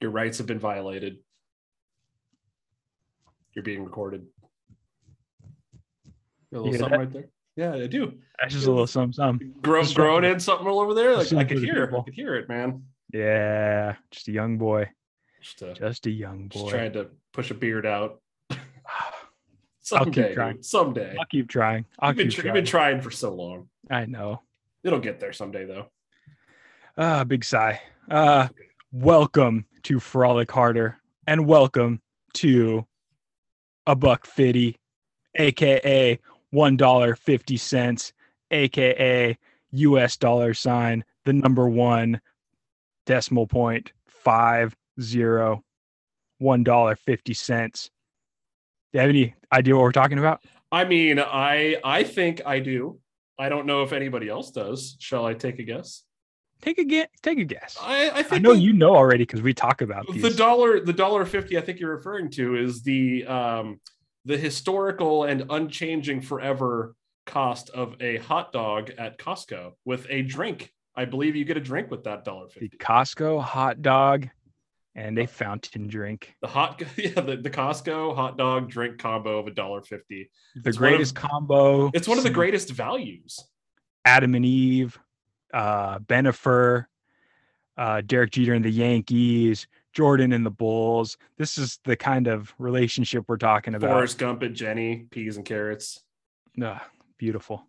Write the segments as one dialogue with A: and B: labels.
A: Your rights have been violated. You're being recorded. Got a
B: You
A: little
B: hear
A: something right there. Yeah, I do.
B: That's just a little something. something.
A: Grow,
B: Just
A: grown
B: something.
A: in something all over there. Like
B: Just
A: I
B: something
A: could
B: for the
A: hear, it. I
B: people.
A: could hear it, man.
B: Yeah, just a young boy.
A: Just, uh, just,
B: Just a young boy.
A: trying to push a beard out.
B: I'll keep
A: Someday,
B: trying.
A: dude, someday.
B: I'll keep trying. I'll
A: You've been,
B: keep
A: tr- you've
B: trying.
A: been trying for so long.
B: I know.
A: It'll get there someday, though.
B: Ah, big sigh. Uh, welcome to Frolic Harder and welcome to a buck fifty, aka one dollar fifty cents, aka US dollar sign, the number one decimal point five zero, one dollar fifty cents. Do you have any idea what we're talking about?
A: I mean, I I think I do. I don't know if anybody else does. Shall I take a guess?
B: Take a guess. Take a guess. I,
A: I, I think
B: know
A: the-
B: you know already because we talk about these.
A: the dollar the dollar fifty. I think you're referring to is the um, the historical and unchanging forever cost of a hot dog at Costco with a drink. I believe you get a drink with that dollar
B: the
A: fifty. Uh,
B: Costco hot dog and a fountain drink.
A: The hot yeah the, the Costco hot dog drink combo of a dollar fifty.
B: The
A: It's one of-
B: greatest combo.
A: It's one of the
B: since
A: greatest values.
B: Adam and Eve, uh, Benifer, uh, Derek Jeter and the Yankees, Jordan and the Bulls. This is the kind of relationship we're talking about.
A: Forrest Gump and Jenny, peas and carrots.
B: Ugh, beautiful.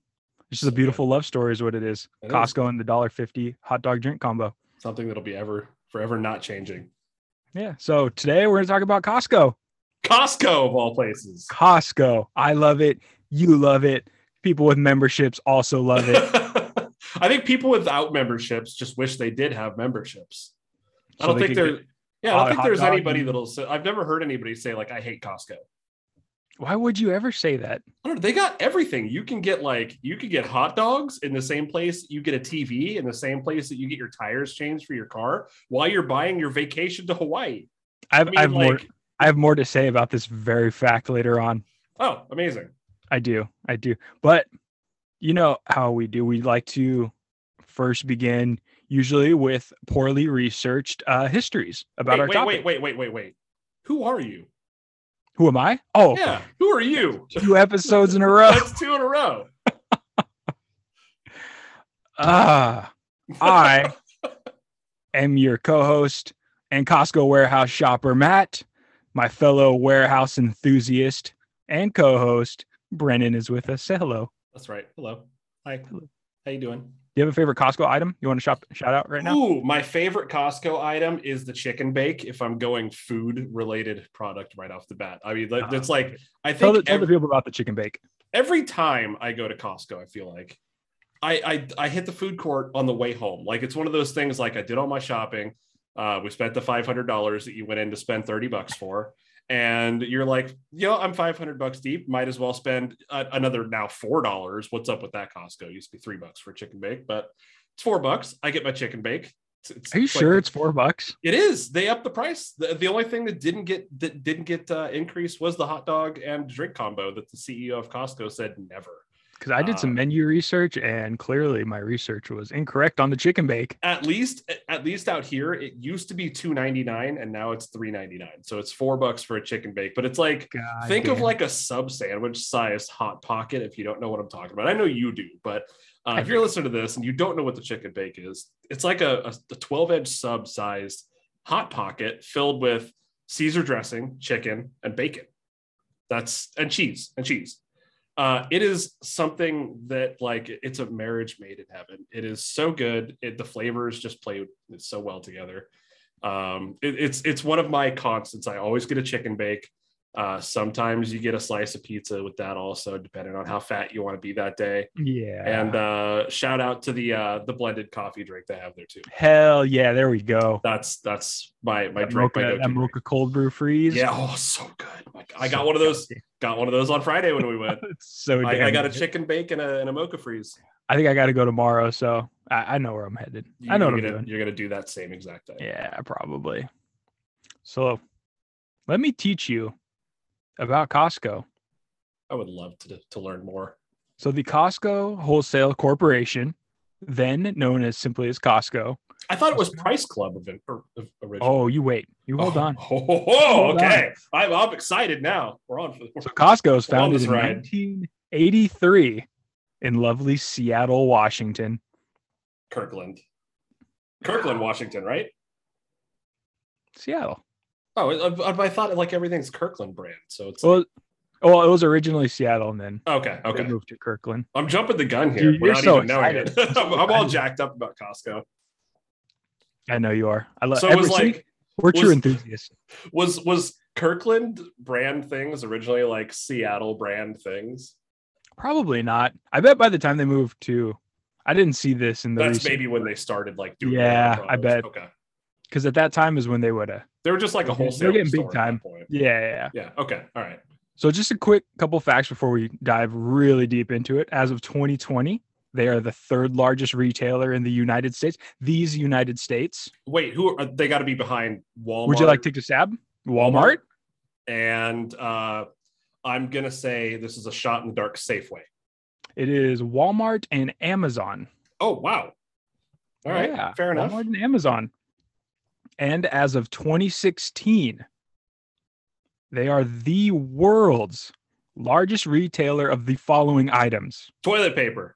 B: This is
A: So
B: a
A: good.
B: beautiful love story, is what it is.
A: It is.
B: Costco and the dollar fifty hot dog drink combo.
A: Something that'll be ever forever not changing.
B: Yeah. So today we're gonna talk about Costco.
A: Costco of all places.
B: Costco. I love it. You love it. People with memberships also love it.
A: I think people without memberships just wish they did have memberships. I
B: So
A: don't
B: they could
A: think there.
B: get-
A: yeah, I
B: uh,
A: don't think
B: hot
A: there's
B: dog
A: anybody
B: and-
A: that'll. Say, I've never heard anybody say like, "I hate Costco."
B: Why would you ever say that?
A: I don't know, they got everything. You can get like you can get hot dogs in the same place. You get a TV in the same place that you get your tires changed for your car while you're buying your vacation to Hawaii.
B: I
A: I
B: have, I
A: mean,
B: have more.
A: like,
B: I have more to say about this very fact later on.
A: oh, amazing.
B: I do. I do. But you know how we do. We like to first begin usually with poorly researched uh, histories about
A: wait,
B: our
A: wait,
B: topic.
A: wait, wait, wait, wait, wait. Who are you?
B: Who am I? Oh,
A: Yeah, who are you?
B: two episodes in a row.
A: That's two in a row.
B: Ah, I am your co-host and Costco warehouse shopper Matt. My fellow warehouse enthusiast and co-host Brennan is with us. Say hello.
A: That's right. Hello. Hi.
B: Hello.
A: How you doing?
B: Do you have a favorite Costco item you want to shop shout out right now?
A: Ooh, my favorite Costco item is the chicken bake. If I'm going food related product right off the bat, I mean, like,
B: Ah,
A: it's like I
B: Tell the,
A: think
B: tell the
A: every,
B: people about the chicken bake.
A: every time I go to Costco, I feel like I, I I hit the food court on the way home. Like it's one of those things. Like I did all my shopping. Uh, we spent the five hundred dollars that you went in to spend thirty bucks for, and you're like, yo, I'm five hundred bucks deep. Might as well spend uh, another now four dollars. What's up with that Costco? It used to be three bucks for a chicken bake, but it's four bucks. I get my chicken bake. It's- it's-
B: Are you
A: it's like
B: sure
A: the-
B: it's four bucks?
A: it is. They upped the price. The, the only thing that didn't get that didn't get uh, increased was the hot dog and drink combo that the CEO of Costco said never.
B: Because I did some
A: Uh,
B: menu research and clearly my research was incorrect on the chicken bake.
A: At least at least out here, it used to be two ninety nine and now it's three ninety nine. So it's four bucks for a chicken bake. But it's like
B: God
A: think of
B: damn.
A: like a sub sandwich sized hot pocket if you don't know what I'm talking about. I know you do, but uh,
B: I
A: if you're listening to this and you don't know what the chicken bake is, it's like a, a 12 inch sub sized hot pocket filled with Caesar dressing, chicken, and bacon. That's and cheese and cheese. Uh, it is something that like it's a marriage made in heaven. It is so good. It, the flavors just play so well together. Um, it- it's it's one of my constants. I always get a chicken bake. Uh, sometimes you get a slice of pizza with that also, depending on how fat you want to be that day.
B: yeah.
A: And uh, shout out to the uh, the blended coffee drink they have there too.
B: Hell yeah, there we go.
A: That's that's my my
B: That
A: drink.
B: mocha,
A: my
B: that
A: go-to drink.
B: mocha cold brew freeze.
A: Yeah, oh, so good. Like, I got
B: So
A: one of those.
B: goddamn-
A: Got one of those on Friday when we went.
B: It's so
A: I, I
B: damn
A: got a
B: good.
A: chicken bake and a, and a mocha freeze.
B: I think I got to go tomorrow, so I, I know where I'm headed.
A: You-
B: I know what
A: you're
B: I'm
A: gonna,
B: doing.
A: You're gonna do that same exact thing.
B: Yeah, probably. So, let me teach you about Costco.
A: I would love to to learn more.
B: So, the Costco Wholesale Corporation, then known as simply as Costco,
A: I thought it was Price Club of, or, of original.
B: Oh, you wait. You hold on.
A: Oh,
B: Hold
A: okay. I'm, I'm excited now. We're on for the
B: So Costco's
A: We're on
B: founded
A: this
B: in
A: ride.
B: 1983 in lovely Seattle, Washington.
A: Kirkland. Kirkland, Washington, right?
B: Seattle.
A: Oh, I, I- I thought like everything's Kirkland brand. So it's
B: Well, well, it was originally Seattle, and then
A: okay.
B: they
A: Okay.
B: moved to Kirkland.
A: I'm jumping the gun here.
B: Dude,
A: We're
B: you're
A: not
B: so
A: even knowing it.
B: excited.
A: I'm, I'm all
B: excited.
A: jacked up about Costco.
B: I know you are. I love.
A: So it was like,
B: we're true
A: was-
B: enthusiasts.
A: was was Kirkland brand things originally like Seattle brand things?
B: Probably not. I bet by the time they moved to, I didn't see this in the
A: That's
B: recent-
A: maybe when they started like doing.
B: Yeah,
A: their own
B: I bet.
A: products. Okay,
B: because at that time is when they would have.
A: they were just like
B: They're
A: a
B: getting-
A: wholesale.
B: they're getting big
A: store at that
B: time.
A: point.
B: Yeah, yeah, yeah.
A: Yeah. Okay. All right.
B: So just a quick couple facts before we dive really deep into it. As of 2020, they are the third largest retailer in the United States. These United States.
A: Wait, who are they? Got to be behind Walmart.
B: Would you like to take a stab? Walmart.
A: And uh, I'm gonna say this is a shot in the dark Safeway.
B: It is Walmart and Amazon.
A: Oh wow. All right.
B: Yeah,
A: Fair enough.
B: Walmart and Amazon. And as of 2016, they are the world's largest retailer of the following items.
A: Toilet paper.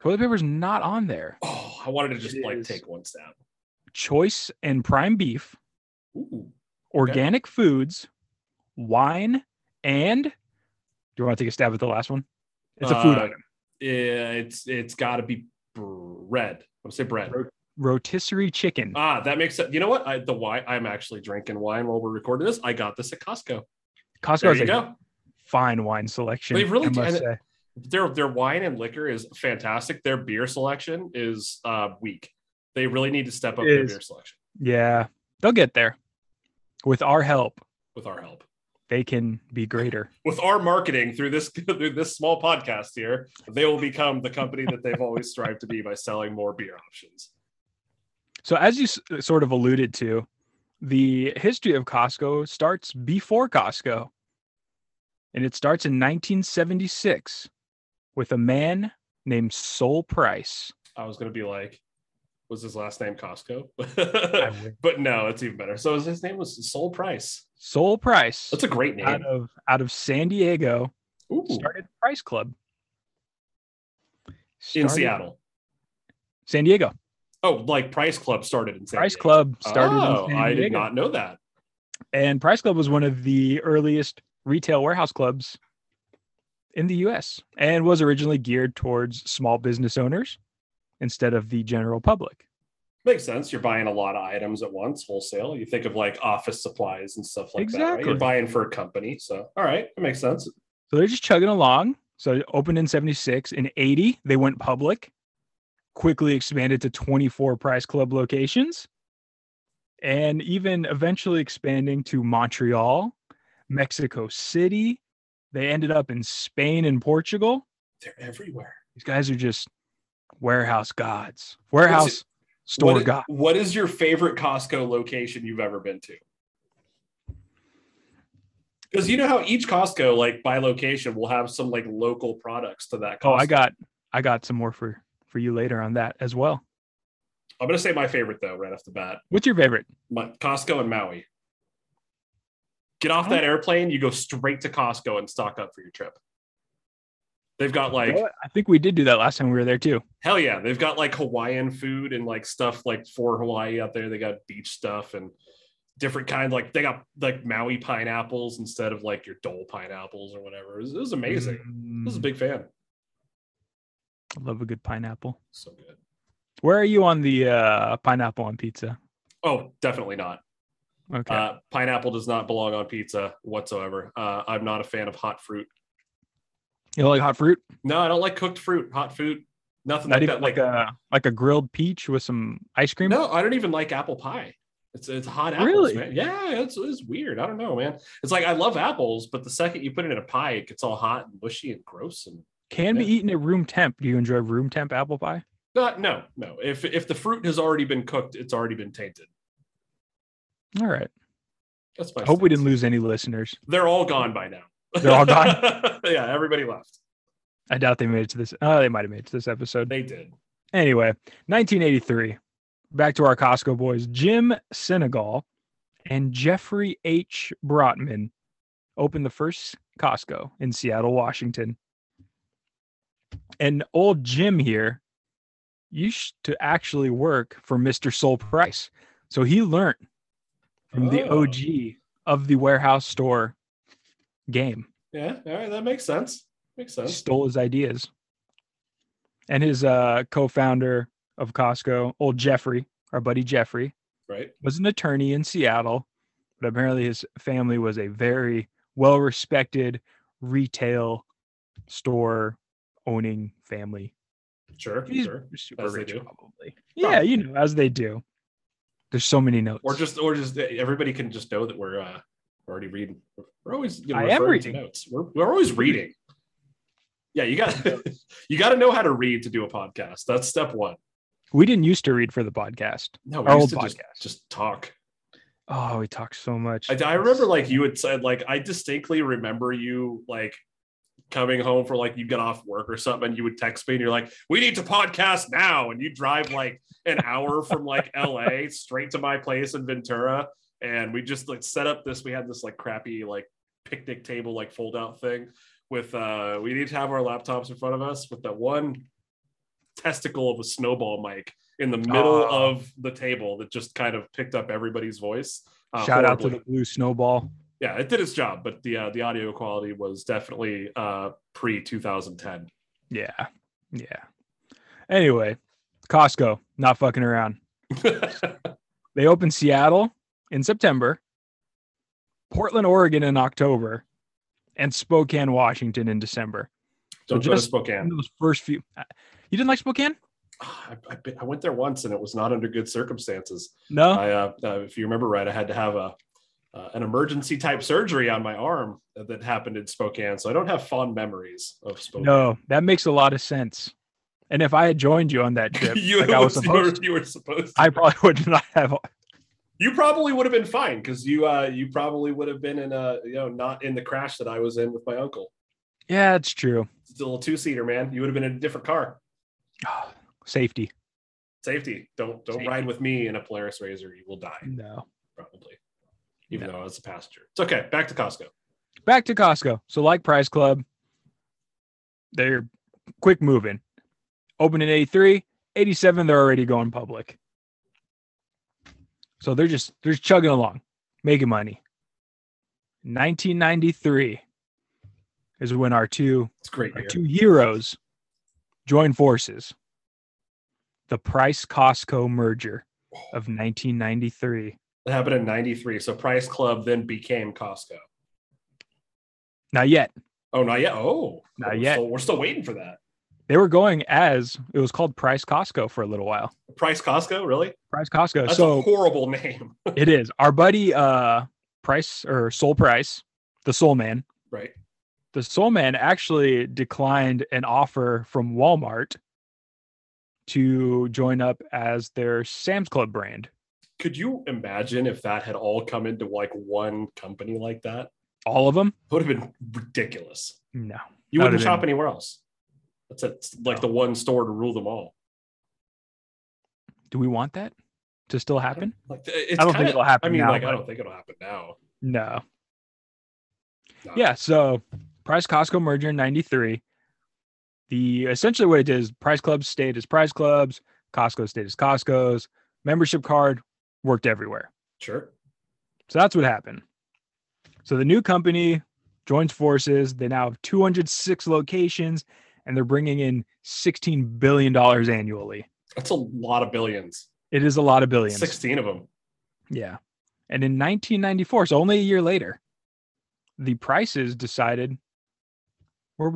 B: Toilet paper is not on there.
A: Oh, I wanted to
B: It
A: just like
B: is.
A: take one stab.
B: Choice and prime beef,
A: Ooh.
B: organic foods, wine, and do you want to take a stab at the last one? It's a food
A: Uh,
B: item.
A: Yeah, it's it's got to be bread. I'm say bread.
B: Bro- Rotisserie chicken.
A: Ah, that makes sense. You know what? I, the wine. I'm actually drinking wine while we're recording this. I got this at Costco.
B: Costco
A: There
B: has
A: you
B: a
A: go.
B: fine wine selection.
A: They really
B: I
A: do,
B: must say.
A: and- Their their wine and liquor is fantastic. Their beer selection is uh, weak. They really need to step up
B: It
A: their
B: is.
A: beer selection
B: Yeah, they'll get there. With our help,
A: with our help.
B: they can be greater.
A: With our marketing through this through this small podcast here, they will become the company that they've always strived to be by selling more beer options.
B: So, as you s- sort of alluded to, the history of Costco starts before Costco. And it starts in 1976 with a man named Sol Price.
A: I was gonna be like, was his last name Costco?
B: I would-
A: but no, it's even better. So his, his name was Sol Price.
B: Sol Price
A: That's a great
B: out
A: name.
B: of out of San Diego
A: Ooh,
B: Uh, started Price Club.
A: in
B: Started-
A: Seattle.
B: San Diego.
A: Oh, like Price Club started in San
B: Price
A: Diego.
B: Club started
A: Oh,
B: in San Diego.
A: I did not know that.
B: And Price Club was one of the earliest retail warehouse clubs in the US and was originally geared towards small business owners instead of the general public.
A: Makes sense. You're buying a lot of items at once, wholesale. You think of like office supplies and stuff like that. Right?
B: Exactly.
A: You're buying for a company. So, all right, that makes sense.
B: So they're just chugging along. So it opened in 76. In 80, they went public, quickly expanded to 24 Price Club locations, and even eventually expanding to Montreal, Mexico City. They ended up in Spain and Portugal.
A: They're everywhere.
B: These guys are just warehouse gods, warehouse store
A: What i-
B: god.
A: what is your favorite Costco location you've ever been to? Because you know how each Costco, like by location, will have some like local products to that. Costco.
B: Oh, I got, I got some more for for you later on that as well.
A: I'm gonna say my favorite though, right off the bat,
B: What's your favorite?
A: my, Costco and Maui. Get off that airplane, you go straight to Costco and stock up for your trip. They've got
B: You
A: like
B: know what? I think we did do that last time we were there too.
A: hell yeah, they've got like Hawaiian food and like stuff like for Hawaii out there. They got beach stuff and different kind like they got like Maui pineapples instead of like your Dole pineapples or whatever. It was, it was amazing. I was a
B: Mm,
A: big fan.
B: I love a good pineapple.
A: So good.
B: Where are you on the uh, pineapple on pizza?
A: Oh, definitely not.
B: Okay,
A: Uh, pineapple does not belong on pizza whatsoever. Uh, I'm not a fan of hot fruit.
B: you like hot fruit?
A: No, I don't like cooked fruit, hot food, nothing
B: Not
A: like
B: even
A: that.
B: like, a like a grilled peach with some ice cream.
A: no, I don't even like apple pie. It's it's hot apples,
B: Really?
A: man. Yeah, it's, it's weird. I don't know, man. It's like I love apples, but the second you put it in a pie, it gets all hot and mushy and gross. And
B: Can be
A: Yeah.
B: eaten at room temp. Do you enjoy room temp apple pie?
A: not no no. If if the fruit has already been cooked, it's already been tainted.
B: All right.
A: That's my.
B: I hope we
A: stance.
B: didn't lose any listeners.
A: They're all gone by now.
B: They're all gone.
A: yeah, everybody left.
B: I uh, doubt they made it to this. Oh, they might have made it to this episode.
A: They did.
B: Anyway, 1983, back to our Costco boys, Jim Senegal and Jeffrey H. Brotman opened the first Costco in Seattle, Washington. And old Jim here used to actually work for Mr. Soul Price. So he learned from the
A: Oh.
B: OG of the warehouse store game.
A: Yeah. All right. That makes sense. Makes sense.
B: Stole his ideas. And his uh, co founder of Costco, old Jeffrey, our buddy Jeffrey,
A: Right.
B: was an attorney in Seattle, but apparently his family was a very well respected retail store owning family.
A: Sure.
B: He's
A: Sure.
B: super
A: as they
B: rich,
A: do.
B: probably. Yeah, you know, as they do. There's so many notes.
A: Or just, or just everybody can just know that we're uh, we're already reading. We're always. You know,
B: I am
A: referring to
B: reading.
A: notes. We're we're always reading. Yeah, you got you got to know how to read to do a podcast. That's step one.
B: we didn't used to read for the podcast.
A: No,
B: Our
A: we used to
B: old
A: just,
B: Oh, podcast.
A: just talk.
B: Oh, we talked so much.
A: I, I remember like you had said like I distinctly remember you like coming home for like you get off work or something and you would text me and you're like we need to podcast now and you drive like an hour from like LA straight to my place in Ventura and we just like set up this we had this like crappy like picnic table like fold out thing with uh we need to have our laptops in front of us with that one testicle of a snowball mic in the middle
B: Oh.
A: of the table that just kind of picked up everybody's voice uh,
B: Shout out to
A: horribly
B: the blue snowball.
A: yeah, it did its job, but the uh, the audio quality was definitely uh, pre 2010.
B: Yeah. Yeah. Anyway, Costco, not fucking around. They opened Seattle in September, Portland, Oregon in October, and Spokane, Washington in December.
A: Don't go to
B: just-
A: Spokane.
B: And those first few. uh, You didn't like Spokane?
A: I, I, I went there once, and it was not under good circumstances.
B: No.
A: I, uh, uh, if you remember right, I had to have a uh, an emergency type surgery on my arm that happened in Spokane, so I don't have fond memories of Spokane.
B: no, that makes a lot of sense. And if I had joined you on that trip,
A: you,
B: like I was
A: you, were,
B: supposed to,
A: you were supposed. To.
B: I probably would not have.
A: you probably would have been fine because you uh, you probably would have been in a you know not in the crash that I was in with my uncle.
B: Yeah, it's true.
A: It's a little two seater, man. You would have been in a different car.
B: Safety.
A: safety. Don't don't
B: Safety.
A: ride with me in a Polaris Razor. You will die
B: No.
A: probably, even though I was a passenger. It's okay. Back to Costco.
B: back to Costco. So like Price Club, they're quick moving. Open in 83, 87 they're already going public. So they're just they're just chugging along, making money. 1993 is when our two
A: It's a great
B: our
A: year.
B: two heroes join forces. The Price Costco merger of 1993.
A: It happened in '93. So Price Club then became Costco.
B: Not yet.
A: Oh, not yet. Oh,
B: Not
A: we're
B: yet.
A: Still, we're still waiting for that.
B: They were going as it was called Price Costco for a little while.
A: Price Costco, really?
B: Price Costco.
A: That's a
B: Uh, so
A: horrible name,
B: it is our buddy uh Price or Soul Price, the Soul Man.
A: right?
B: The Soul Man actually declined an offer from Walmart to join up as their Sam's Club brand.
A: Could you imagine if that had all come into like one company like that? It
B: All of them?
A: would have been ridiculous.
B: No.
A: You
B: That
A: wouldn't
B: would've
A: shop anywhere else. That's it. It's like the one store to rule them all.
B: Do we want that to still happen?
A: Like it's
B: I don't
A: kinda-
B: think it'll happen.
A: I mean,
B: now,
A: like I
B: but
A: don't think it'll happen now.
B: no.
A: No.
B: Yeah, so Price Costco merger in 93. The essentially what it did is Price Clubs stayed as Price Clubs, Costco stayed as Costco's, membership card worked everywhere.
A: Sure.
B: So that's what happened. So the new company joins forces. They now have 206 locations and they're bringing in $16 billion annually.
A: That's a lot of billions.
B: It is a lot of billions.
A: 16 of them.
B: Yeah. And in 1994, so only a year later, the prices decided we're,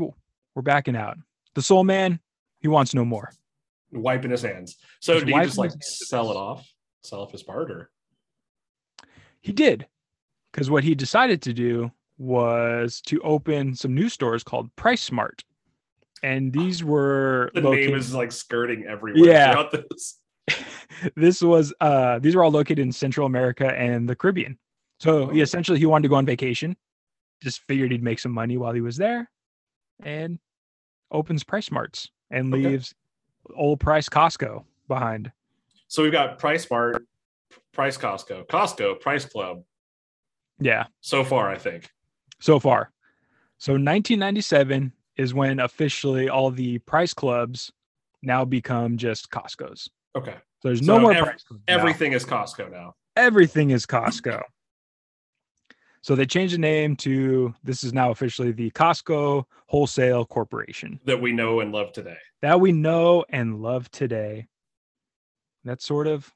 B: we're backing out. The soul man, he wants no more.
A: Wiping his hands. So
B: He's
A: do you just
B: wiping
A: like
B: his hands of
A: sell
B: this.
A: it off? Sell off his part or
B: He did. Because what he decided to do was to open some new stores called Price Smart. And these were
A: the name
B: located-
A: is like skirting everywhere
B: Yeah.
A: throughout this.
B: this was uh these were all located in Central America and the Caribbean. So he
A: Oh.
B: essentially he wanted to go on vacation, just figured he'd make some money while he was there, and opens Price Marts and
A: Okay.
B: leaves old Price Costco behind.
A: So we've got Price Mart, Price Costco, Costco, Price Club.
B: Yeah,
A: So far, I think.
B: so far. So 1997 is when officially all the price clubs now become just Costco's.
A: Okay.
B: So there's no
A: So
B: more
A: ev-
B: price clubs. now.
A: Everything is Costco now.
B: everything is Costco. So they changed the name to this is now officially the Costco Wholesale Corporation
A: that we know and love today.
B: that we know and love today. That's sort of,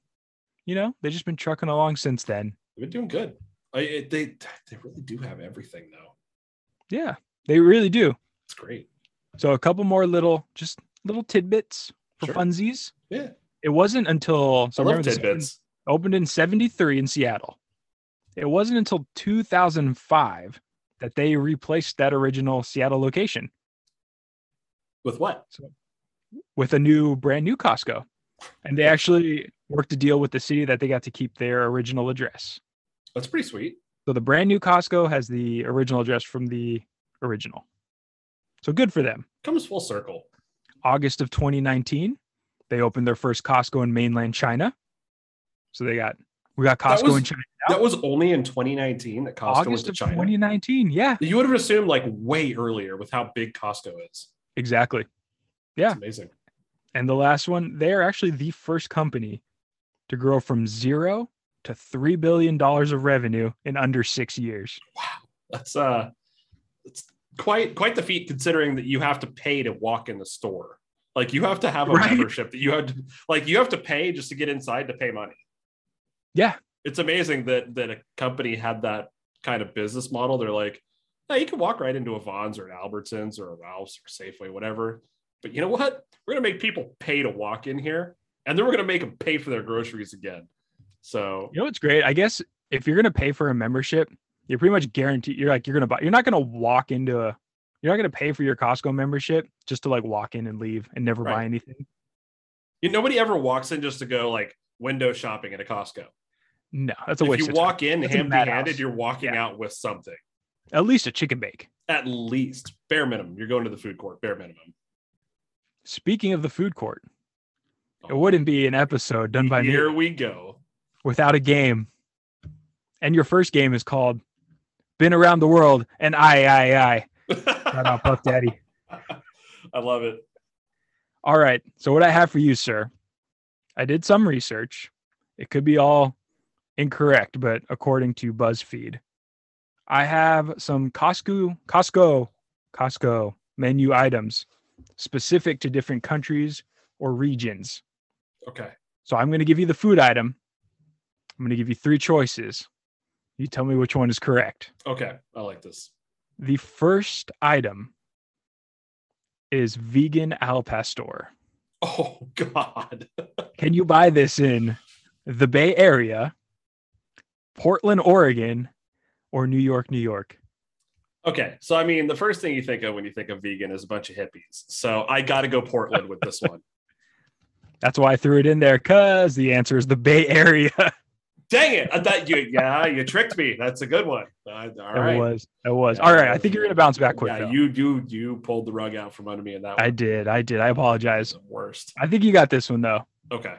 B: you know, they've just been trucking along since then.
A: They've been doing good. I, it, they they really do have everything though.
B: Yeah, they really do.
A: It's great.
B: So a couple more little, just little tidbits for
A: Sure.
B: funsies.
A: Yeah.
B: It wasn't until so
A: I love
B: remember this opened-
A: tidbits.
B: opened in 73 in Seattle. It wasn't until 2005 that they replaced that original Seattle location
A: With what?
B: with a new brand new Costco. And they actually worked a deal with the city that they got to keep their original address.
A: That's pretty sweet.
B: So the brand new Costco has the original address from the original. So good for them.
A: Comes full circle.
B: August of 2019, they opened their first Costco in mainland China. So they got we got
A: That
B: Costco
A: was
B: in China.
A: That was only in 2019 that Costco went
B: August
A: to
B: of
A: China.
B: 2019. Yeah,
A: You would have assumed like way earlier with how big Costco is.
B: exactly. Yeah.
A: It's amazing.
B: And the last one, they are actually the first company to grow from zero to $3 billion of revenue in under six years.
A: That's uh it's quite quite the feat considering that you have to pay to walk in the store. Like you have to have a
B: Right.
A: membership that you had to like you have to pay just to get inside to pay money.
B: Yeah.
A: it's amazing that that a company had that kind of business model. They're like, hey, you can walk right into a Vons or an Albertsons or a Ralph's or Safeway, whatever. But you know what? We're gonna make people pay to walk in here, and then we're gonna make them pay for their groceries again. So
B: You know what's great? I guess if you're going to pay for a membership, you're pretty much guaranteed, you're like, you're going to buy, you're not going to walk into a, you're not going to pay for your Costco membership just to like walk in and leave and never buy
A: Right.
B: anything.
A: you, nobody ever walks in just to go like window shopping at a Costco.
B: No, that's a
A: If
B: waste
A: you
B: of time.
A: walk in
B: That's a
A: empty-handed,
B: madhouse.
A: you're walking out with something.
B: At least a chicken bake.
A: At least bare minimum, you're going to the food court. Bare minimum.
B: Speaking of the food court, it wouldn't be an episode done by me
A: Here we go.
B: without a game. And your first game is called Been Around the World and I, I, I. Shout out Puff Daddy.
A: I love it.
B: All right. So, what I have for you, sir, I did some research. It could be all incorrect, but according to BuzzFeed, I have some Costco, Costco, Costco menu items specific to different countries or regions.
A: Okay.
B: So I'm going to give you the food item. I'm going to give you three choices. You tell me which one is correct.
A: Okay. I like this.
B: The first item is vegan al pastor.
A: Oh God.
B: Can you buy this in the Bay Area, Portland, Oregon, or New York, New York?
A: Okay. So I mean, the first thing you think of when you think of vegan is a bunch of hippies. So I got to go Portland with this one.
B: That's why I threw it in there because the answer is the Bay Area.
A: Dang it! I thought you. Yeah, you tricked me. That's a good one. Uh, all
B: it
A: right.
B: was. It was.
A: Yeah,
B: All
A: that
B: right. I
A: was
B: think you're
A: good.
B: going to bounce back quick.
A: Yeah,
B: though.
A: you you you pulled the rug out from under me in that
B: I
A: one.
B: did. I did. I apologize.
A: The worst.
B: I think you got this one, though.
A: Okay.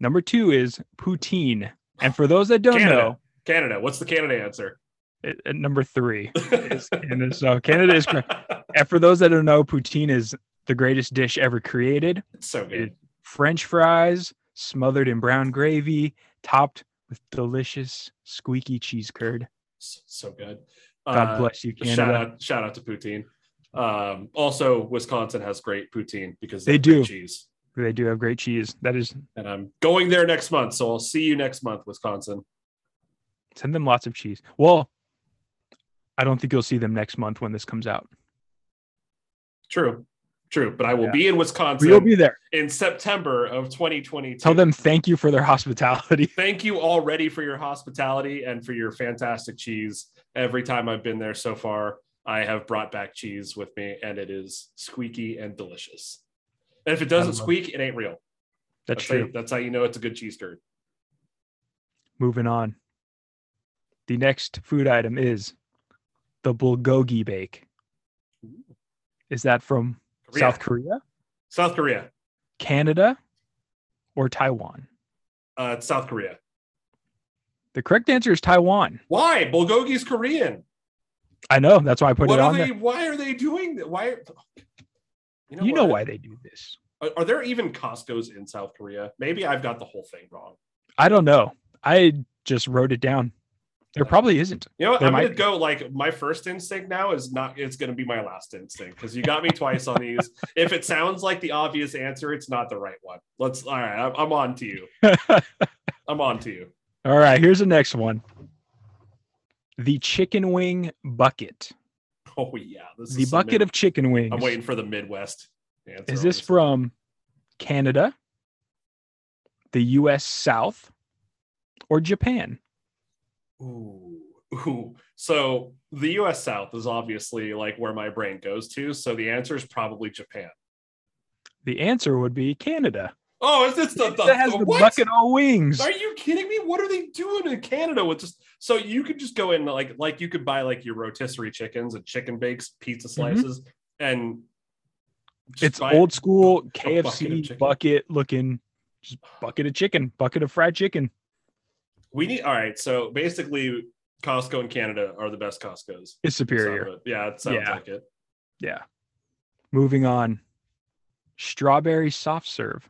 B: Number two is poutine. And for those that don't
A: Canada.
B: know,
A: Canada. What's the Canada answer?
B: it, at number three is Canada. So Canada is correct. And for those that don't know, poutine is the greatest dish ever created.
A: It's so good.
B: French fries smothered in brown gravy, topped with delicious squeaky cheese curd.
A: So, so good.
B: God
A: Uh,
B: bless you,
A: Shout
B: Canada.
A: out, shout out to poutine. Um, also, Wisconsin has great poutine because
B: They
A: have great
B: do.
A: cheese.
B: They do have great cheese. That is,
A: And I'm going there next month, so I'll see you next month, Wisconsin.
B: send them lots of cheese. Well, I don't think you'll see them next month when this comes out.
A: True, true. But I will
B: Yeah.
A: be in
B: But
A: Wisconsin
B: you'll be there.
A: in September of 2022.
B: Tell them thank you for their hospitality.
A: Thank you already for your hospitality and for your fantastic cheese. Every time I've been there so far, I have brought back cheese with me, and it is squeaky and delicious. And if it doesn't
B: love-
A: squeak, it ain't real.
B: That's
A: how you-
B: true.
A: that's how you know it's a good cheese curd.
B: Moving on. The next food item is the bulgogi bake. Is that from
A: Korea.
B: South Korea,
A: South Korea.
B: Canada, or Taiwan?
A: Uh, it's South Korea.
B: The correct answer is Taiwan.
A: Why? Bulgogi's Korean.
B: I know. That's why I put
A: what
B: it
A: are
B: on
A: they?
B: there.
A: Why are they doing that? Why?
B: You know, why
A: what?
B: they do this.
A: Are, are there even Costco's in South Korea? Maybe I've got the whole thing wrong.
B: I don't know. I just wrote it down. There probably isn't.
A: You know, what?
B: There
A: I'm
B: might
A: gonna
B: be.
A: go like my first instinct now is not. It's gonna be my last instinct because you got me twice on these. If it sounds like the obvious answer, it's not the right one. Let's. All right, I'm, I'm on to you. I'm on to you.
B: All right, here's the next one. The chicken wing bucket.
A: Oh yeah, this
B: The
A: is some
B: bucket
A: mid-
B: of chicken wings.
A: I'm waiting for the Midwest. Answer
B: Is
A: on
B: this from Canada, the US South, or Japan?
A: Ooh, ooh. So the U.S. South is obviously like where my brain goes to. So the answer is probably Japan.
B: The answer would be Canada.
A: Oh, is this the, the,
B: That has the
A: what?
B: bucket of wings.
A: Are you kidding me? What are they doing in Canada with just so you could just go in like like you could buy like your rotisserie chickens and chicken bakes, pizza slices, and just
B: Mm-hmm. It's
A: buy-
B: old school
A: bucket of
B: KFC
A: chicken.
B: bucket looking just bucket of chicken, bucket of fried chicken.
A: We need all right. So basically, Costco in Canada are the best Costco's.
B: It's superior.
A: Sounds like- Yeah, it sounds
B: Yeah.
A: like it.
B: Yeah. Moving on. Strawberry soft serve.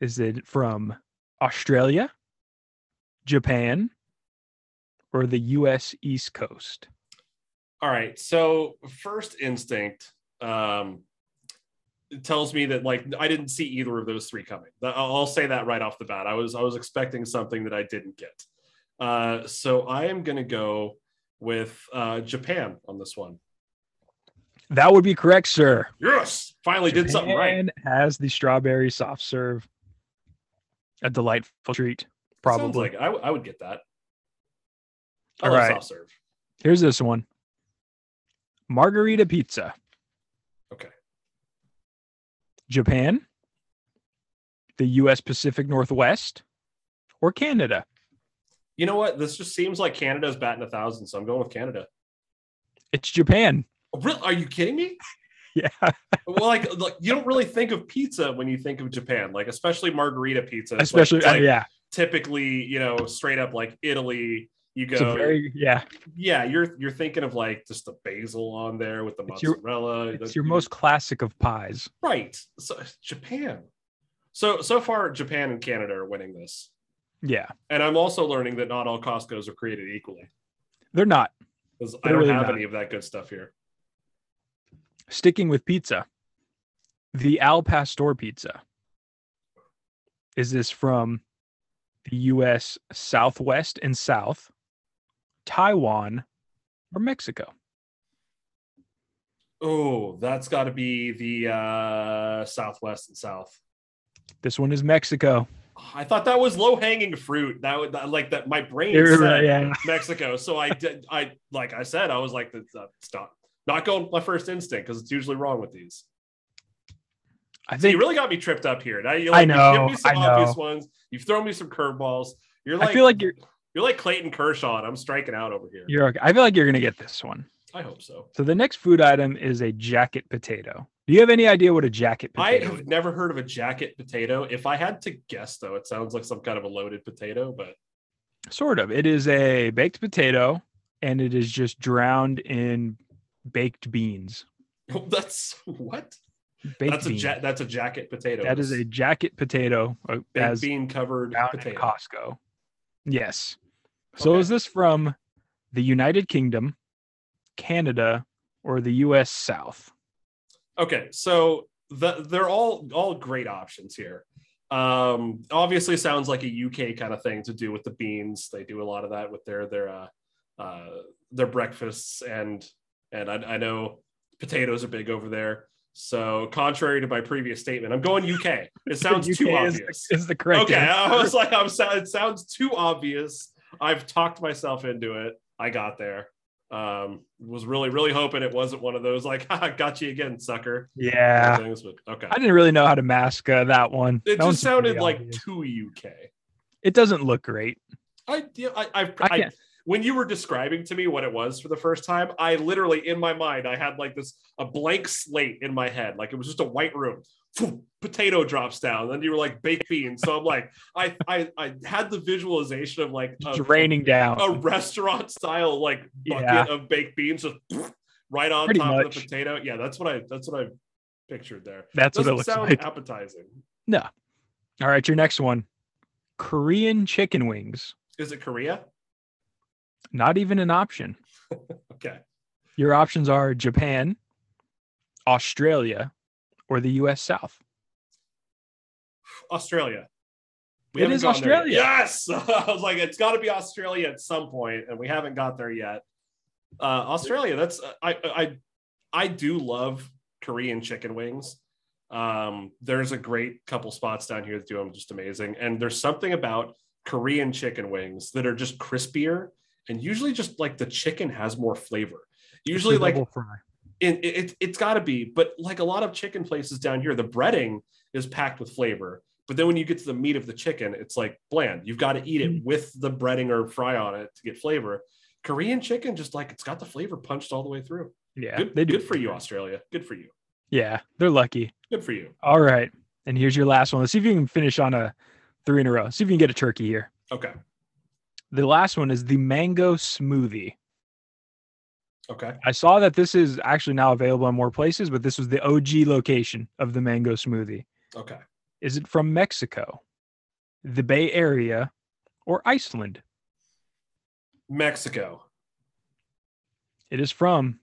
B: Is it from Australia, Japan, or the US East Coast?
A: All right. So first instinct um, tells me that like I didn't see either of those three coming. Th- I'll I'll say that right off the bat. I was I was expecting something that I didn't get. Uh, so I am going to go with uh, Japan on this one.
B: That would be correct, sir.
A: Yes, finally did something right.
B: Japan has the strawberry soft serve. A delightful treat,
A: Sounds
B: probably.
A: like I, w- I would get that. I
B: All
A: love
B: right.
A: soft serve.
B: Here's this one. Margarita pizza.
A: Okay.
B: Japan, the US Pacific Northwest, or Canada.
A: You know what? This just seems like Canada's batting a thousand, so I'm going with Canada. Oh,
B: It's Japan.
A: Really? Are you kidding me?
B: Yeah.
A: well, like, like you don't really think of pizza when you think of Japan, like especially margarita pizza. It's like-
B: Especially
A: it's like
B: uh, yeah.
A: typically, you know, straight up like Italy. You
B: It's a
A: go,
B: very yeah.
A: yeah, you're you're thinking of like just the basil on there with the
B: It's your-
A: mozzarella.
B: It's
A: the-
B: your most classic of pies.
A: right. So Japan. So so far, Japan and Canada are winning this,
B: Yeah.
A: and I'm also learning that not all Costco's are created equally
B: They're not.
A: because I
B: They're
A: don't
B: really
A: have
B: not.
A: any of that good stuff here.
B: Sticking with pizza. The Al Pastor pizza. Is this from the US Southwest and South, Taiwan, or Mexico?
A: Oh, that's got to be the uh, Southwest and South.
B: This one is Mexico.
A: I thought that was low hanging fruit. That would that- like that. My brain
B: Yeah,
A: said
B: yeah.
A: Mexico, so I did. I like I said, I was like, that's not stop. Not going with my first instinct because it's usually wrong with these.
B: I
A: So you
B: think
A: really got me tripped up here. Now you
B: I
A: like,
B: know,
A: You've given me some
B: I
A: obvious
B: know.
A: ones. You've thrown me some curveballs. You're like,
B: I feel like you're
A: you're like Clayton Kershaw. And I'm striking out over here.
B: you're okay. I feel like you're gonna get this one.
A: I hope so.
B: So the next food item is a jacket potato. Do you have any idea what a jacket
A: I
B: potato is?
A: have never heard of a jacket potato. If I had to guess, though, it sounds like some kind of a loaded potato, but
B: Sort of. It is a baked potato and it is just drowned in baked beans.
A: that's what?
B: Baked
A: that's a
B: beans.
A: ja- that's a jacket potato.
B: that is a jacket potato uh,
A: big
B: as
A: bean covered
B: found at
A: potato.
B: Costco. Yes. So
A: Okay.
B: is this from the United Kingdom, Canada, or the US South?
A: Okay, so the, they're all all great options here. Um, obviously, sounds like a UK kind of thing to do with the beans. They do a lot of that with their their uh, uh, their breakfasts, and and I, I know potatoes are big over there. So, contrary to my previous statement, I'm going UK. It sounds
B: UK
A: too
B: is,
A: obvious.
B: is the correct
A: okay,
B: answer.
A: I was like, I'm. so- It sounds too obvious. I've talked myself into it. I got there. Um, was really, really hoping it wasn't one of those like, "Ha, got you again, sucker.
B: Yeah.
A: Things, but- okay.
B: I didn't really know how to mask uh, that one.
A: It
B: That one's
A: just sounded
B: pretty
A: like
B: obvious.
A: too UK.
B: it doesn't look great.
A: I, yeah, I, I,
B: I
A: I,
B: can't-
A: when you were describing to me what it was for the first time, I literally in my mind I had like this a blank slate in my head, like it was just a white room. phew, potato drops down. Then you were like baked beans. So I'm like, I I, I had the visualization of like
B: It's
A: a,
B: raining down.
A: a restaurant style like bucket
B: Yeah.
A: of baked beans just right on
B: Pretty
A: top of the
B: much.
A: potato. Yeah, that's what I that's what I pictured there.
B: That's what it
A: Doesn't
B: looks
A: sound
B: like.
A: appetizing.
B: All right, your next one. Korean chicken wings.
A: Is it Korea?
B: Not even an option.
A: Okay.
B: Your options are Japan, Australia, or the US South.
A: Australia.
B: It
A: haven't
B: is
A: gone there yet.
B: Australia.
A: Yes. I was like, it's got to be Australia at some point, and we haven't got there yet. Uh, Australia. That's uh, I I I do love Korean chicken wings. Um, there's a great couple spots down here that do them just amazing, and there's something about Korean chicken wings that are just crispier, and usually just like the chicken has more flavor. Usually,
B: The
A: like
B: double fry.
A: it, it, it's got to be but like a lot of chicken places down here the breading is packed with flavor but then when you get to the meat of the chicken it's like bland you've got to eat
B: Mm-hmm.
A: it with the breading or fry on it to get flavor korean chicken just like it's got the flavor punched all the way through
B: Yeah,
A: good,
B: they do.
A: good for you australia good for you
B: Yeah, they're lucky.
A: good for you
B: All right. And here's your last one. Let's see if you can finish on a three in a row. See if you can get a turkey here.
A: okay
B: The last one is the mango smoothie.
A: okay
B: I saw that this is actually now available in more places, but this was the OG location of the mango smoothie.
A: okay
B: Is it from Mexico, the Bay Area, or Iceland?
A: mexico
B: It is from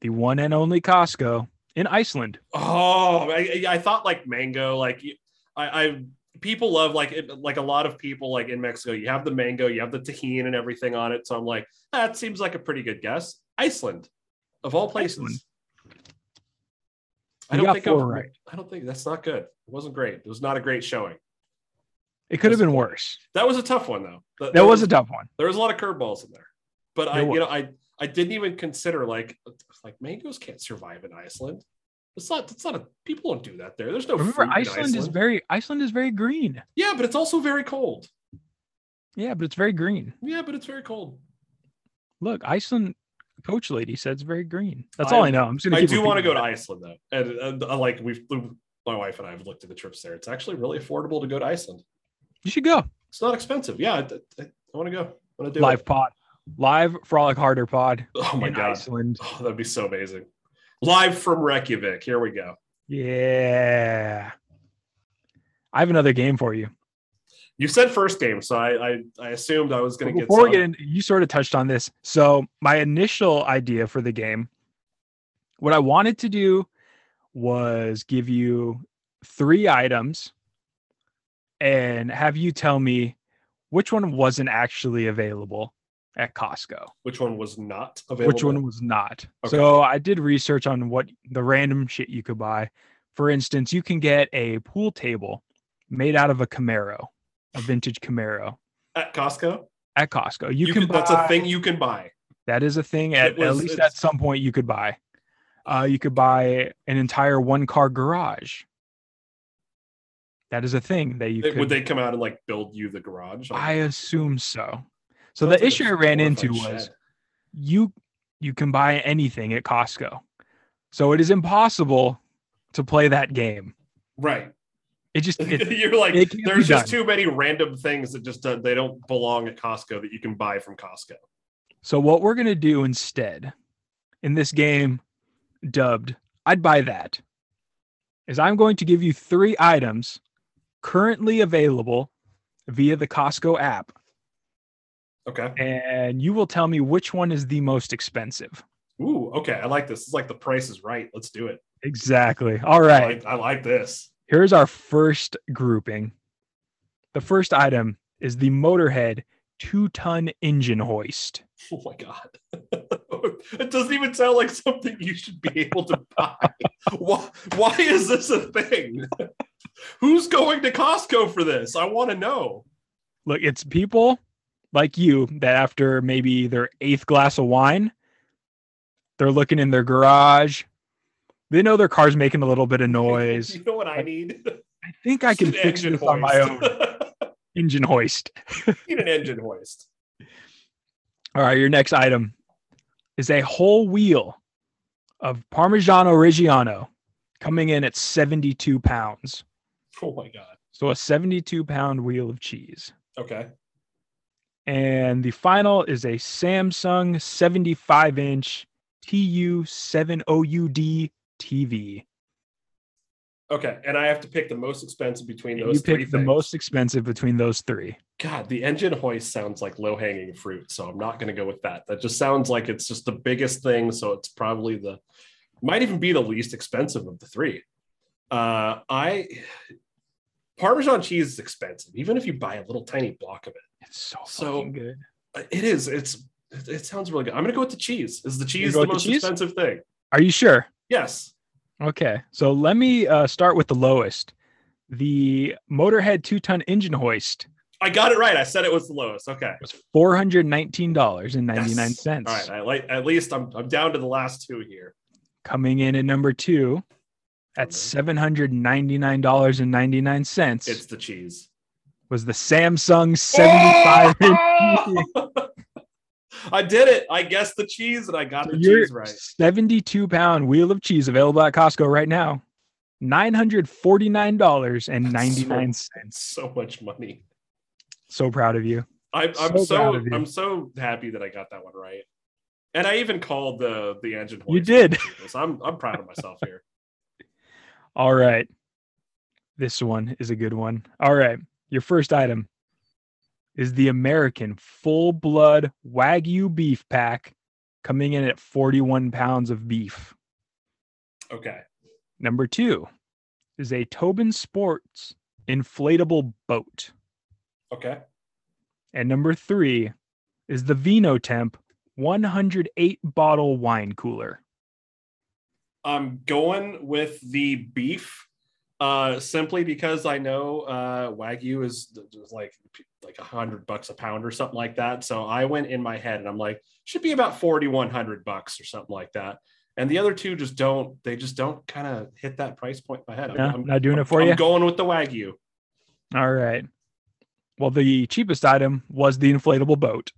B: the one and only Costco in Iceland.
A: Oh, I, I I thought like mango. Like you- I, I people love like it, like a lot of people like in Mexico. You have the mango, you have the tahini and everything on it. So I'm like, that seems like a pretty good guess. Iceland, of all places.
B: Iceland.
A: I
B: You
A: don't
B: got
A: think
B: four
A: I'm,
B: right.
A: I don't think that's not good. It wasn't great. It was not a great showing.
B: It could have been worse.
A: That was a tough one though. That,
B: That was a tough one.
A: there was a lot of curveballs in there, but I
B: There
A: you know
B: was.
A: I I didn't even consider like like mangoes can't survive in Iceland. It's not. It's not a people don't do that there. There's no
B: Remember,
A: fruit in
B: Iceland is very Iceland is very green.
A: Yeah, but it's also very cold.
B: Yeah, but it's very green.
A: Yeah, but it's very cold.
B: Look, Iceland coach lady said it's very green. That's all I
A: I'm-
B: know. I'm just gonna.
A: I
B: keep
A: do want to
B: repeating
A: go to Iceland though, and, and uh, like we've my wife and I have looked at the trips there. It's actually really affordable to go to Iceland.
B: it. You should go
A: It's not expensive. Yeah, I, want to go. I want to do
B: live
A: It.
B: pod, live frolic harder pod
A: Oh my
B: in
A: god,
B: Iceland.
A: oh, that'd be so amazing. Live from Reykjavik. Here we go.
B: Yeah. I have another game for you.
A: You said first game, so I I, I assumed I was going to get.
B: Before we
A: some.
B: get in, you sort of touched on this. So my initial idea for the game, what I wanted to do was give you three items and have you tell me which one wasn't actually available at Costco.
A: Which one was not available?
B: Which one was not?
A: Okay.
B: So I did research on what the random shit you could buy. For instance, you can get a pool table made out of a Camaro, a vintage Camaro
A: at Costco?
B: at Costco. You, can,
A: can.
B: buy,
A: That's a thing you can buy.
B: That is a thing. At,
A: It was-
B: at least
A: it's-
B: at some point, you could buy. Uh, you could buy an entire one-car garage. That is a thing that you
A: They-
B: could.
A: Would they come out and like build you the garage?
B: I assume so. So the
A: Sounds like a
B: issue I ran
A: glorified
B: into was
A: shed.
B: you you can buy anything at Costco. So it is impossible to play that game.
A: right.
B: It just it,
A: You're like,
B: it can't
A: there's
B: be
A: just
B: done.
A: too many random things that just uh, they don't belong at Costco that you can buy from Costco.
B: So what we're going to do instead in this game dubbed I'd buy that is I'm going to give you 3 items currently available via the Costco app
A: Okay.
B: and you will tell me which one is the most expensive.
A: Ooh. Okay. I like this. It's like the price is right. Let's do it.
B: Exactly. All
A: I
B: right.
A: like- I like this.
B: Here's our first grouping. The first item is the Motorhead two ton engine hoist.
A: Oh my god! it doesn't even sound like something you should be able to buy. why, why is this a thing? Who's going to Costco for this? I want to know.
B: Look, it's people like you that after maybe their eighth glass of wine, they're looking in their garage. They know their car's making a little bit of noise.
A: You know what I need?
B: I think I can
A: An
B: fix
A: engine
B: this on my own.
A: hoist.
B: Engine hoist.
A: need an engine hoist.
B: All right, your next item is a whole wheel of Parmigiano Reggiano coming in at 72 pounds.
A: Oh my god.
B: So a 72 pound wheel of cheese.
A: Okay.
B: And the final is a Samsung 75 inch TU7OUD TV.
A: Okay. And I have to pick the most expensive between
B: And
A: those
B: you
A: three
B: picked the
A: things.
B: most expensive between those three.
A: God, the engine hoist sounds like low hanging fruit, so I'm not going to go with that. That just sounds like it's just the biggest thing, so it's probably the might even be the least expensive of the three. Uh, I Parmesan cheese is expensive, even if you buy a little tiny block of
B: It's so,
A: So,
B: fucking good.
A: it. It is. It's. It sounds really good. I'm going to go with the cheese. Is the cheese
B: go
A: the
B: with the
A: most
B: cheese?
A: expensive thing?
B: Are you sure?
A: Yes.
B: Okay, so let me uh, start with the lowest. The Motorhead two ton engine hoist
A: I got it right. I said it was the lowest. Okay.
B: was four hundred nineteen dollars and ninety nine
A: Yes.
B: cents.
A: All right. I like. At least I'm. I'm down to the last two here.
B: Coming in at number two at
A: Okay.
B: seven hundred ninety nine dollars and ninety nine cents
A: It's the cheese.
B: was the Samsung seventy five.
A: Oh! I did it. I guessed the cheese and I got the
B: Your
A: cheese right.
B: seventy two pound wheel of cheese available at Costco right now. Nine hundred forty nine dollars and ninety nine cents.
A: So much money.
B: So proud of you.
A: I, I'm so,
B: So proud of you.
A: I'm so happy that I got that one right. And I even called the the engine.
B: You
A: hoist.
B: did.
A: I'm I'm proud of myself here.
B: All right. This one is a good one. All right. Your first item is the American full blood Wagyu beef pack coming in at 41 pounds of beef.
A: Okay.
B: Number two is a Tobin Sports inflatable boat.
A: Okay.
B: And number three is the Vino Temp 108 bottle wine cooler.
A: I'm going with the beef, uh, simply because I know uh, wagyu is th- th- like like a hundred bucks a pound or something like that. So I went in my head and I'm like, should be about forty one hundred bucks or something like that. And the other two just don't. They just don't kind of hit that price point in my head. I'm,
B: No,
A: I'm-
B: not doing it for
A: I'm
B: you.
A: going with the wagyu.
B: All right. Well, the cheapest item was the inflatable boat,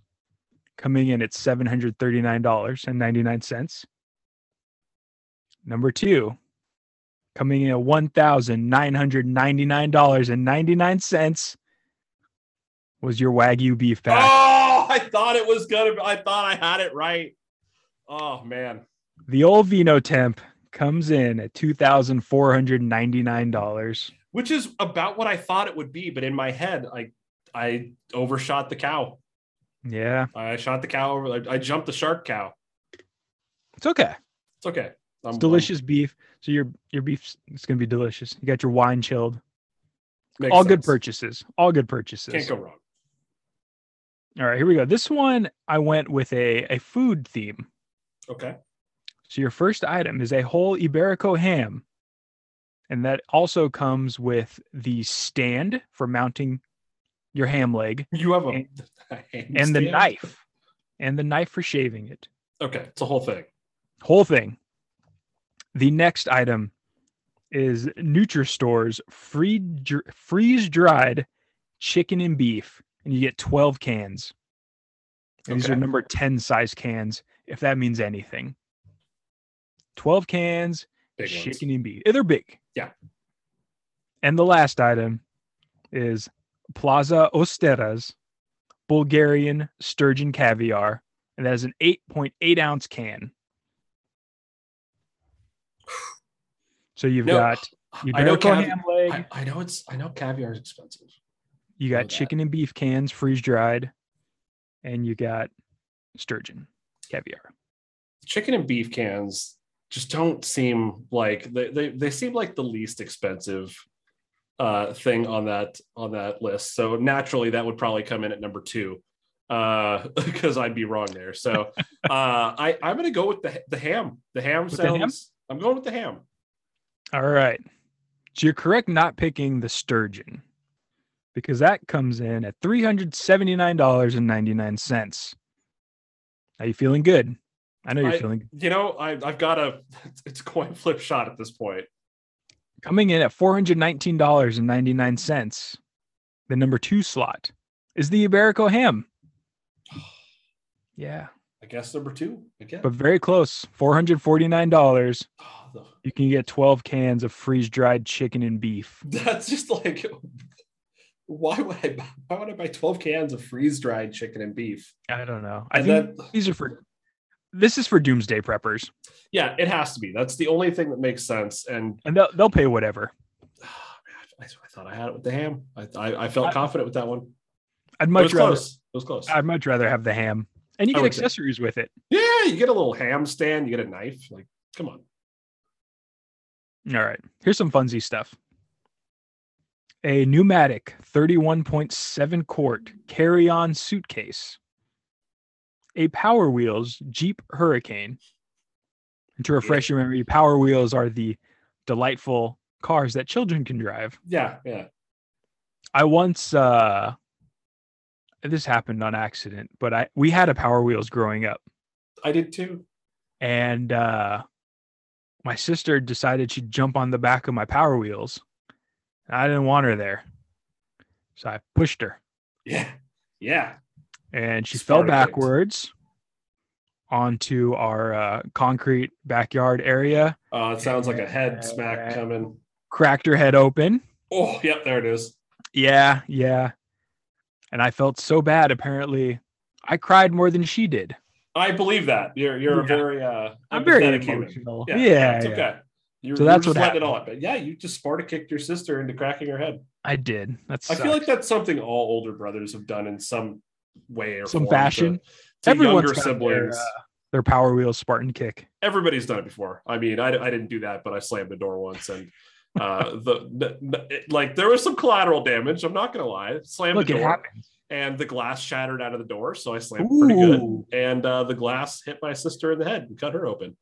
B: coming in at $739.99. Number two, coming in at $1,999.99 was your Wagyu beef pack.
A: Oh, I thought it was gonna. I thought I had it right. Oh man.
B: The old Vino temp comes in at $2,499.
A: which is about what I thought it would be. But in my head, I I overshot the cow.
B: Yeah,
A: I shot the cow over. I, I jumped the shark cow.
B: it's okay.
A: It's okay. I'm-
B: It's delicious beef. So your your beef's it's gonna be delicious. You got your wine chilled.
A: I'm- makes
B: all good
A: sense.
B: purchases. All good purchases.
A: Can't go wrong.
B: All right, here we go. This one I went with a a food theme.
A: Okay.
B: So your first item is a whole Iberico ham, and that also comes with the stand for mounting your ham leg
A: You have a,
B: And-
A: a hand
B: and the
A: stand?
B: knife, and the knife for shaving it.
A: Okay, it's a whole thing.
B: Whole thing. The next item is NutriStore's free freeze dried chicken and beef, and you get 12 cans. And These
A: Okay.
B: are number 10 size cans, if that means anything. 12 cans,
A: Big ones.
B: chicken and beef. Eh, They're big.
A: Yeah.
B: And the last item is Plaza Osteras Bulgarian sturgeon caviar, and that is an 8.8 ounce can. So you've
A: No,
B: got
A: I know
B: Iberico
A: cav-
B: ham leg,
A: I, I know it's I know caviar is expensive.
B: you
A: know
B: got
A: that.
B: chicken and beef cans freeze dried, and you got sturgeon caviar.
A: Chicken and beef cans just don't seem like they they, they seem like the least expensive uh thing on that on that list. So naturally that would probably come in at number two. Uh because I'd be wrong there. So uh I, I'm gonna go with the the ham. The ham
B: With the
A: sounds
B: ham?
A: I'm going with the ham.
B: All right. So you're correct not picking the sturgeon because that comes in at $379.99. Are you feeling good? I know you're
A: I-
B: feeling good.
A: You know, I I've got a it's a coin flip shot at this point.
B: Coming in at $419.99, the number two slot is the Iberico ham. Yeah,
A: I guess number two again.
B: but very close. $449.
A: Oh, though.
B: You can get 12 cans of freeze dried chicken and beef.
A: That's just like, why would I? buy- Why would I buy twelve cans of freeze dried chicken and beef?
B: I don't know. I
A: And
B: think
A: then,
B: these are for this is for doomsday preppers,
A: yeah, it has to be. That's the only thing that makes sense. And
B: and they'll they'll pay whatever.
A: ah, man, I, I thought I had it with the ham. I I, I felt
B: I-
A: confident with that one.
B: I'd
A: It
B: much
A: was
B: rather
A: close. It was close.
B: I'd much rather have the ham, and you
A: I
B: get
A: would say.
B: accessories with it.
A: yeah, you get a little ham stand. You get a knife. Like, come on.
B: All right, here's some funsy stuff. A pneumatic 31.7 quart carry-on suitcase, a Power Wheels Jeep Hurricane. And to refresh your memory, Power Wheels are the delightful cars that children can drive.
A: Yeah, yeah.
B: I once uh this happened on accident, but I we had a Power Wheels growing up
A: I did too.
B: and uh my sister decided she'd jump on the back of my Power Wheels. And I didn't want her there. So I pushed her
A: Yeah, yeah.
B: and she
A: Sparta
B: fell
A: kicked.
B: backwards onto our uh, concrete backyard area,
A: Uh, it sounds like a head smack coming.
B: cracked her head open.
A: Oh, yep, there it is.
B: Yeah, yeah. And I felt so bad apparently. I cried more than she did.
A: I believe that. You're you're a
B: Yeah.
A: very uh
B: I'm very
A: empathetic human.
B: emotional.
A: Yeah,
B: Yeah,
A: it's
B: yeah.
A: okay. You're,
B: So
A: you're
B: that's
A: just
B: what
A: letting it all out. But yeah, you just Sparta kicked your sister into cracking her head.
B: I did. That's
A: I feel like that's something all older brothers have done in some way or
B: Some
A: form
B: fashion.
A: To, to
B: Everyone's
A: younger
B: got their,
A: siblings,
B: uh, their Power Wheels Spartan kick.
A: everybody's done it before. I mean, I, I didn't do that, but I slammed the door once and. Uh, the, the- the it- like there was some collateral damage. I'm not gonna lie. Slammed
B: Look,
A: the
B: it
A: door
B: happens.
A: and the glass shattered out of the door, so I slammed pretty good.
B: Ooh.
A: and uh, the glass hit my sister in the head and cut her open.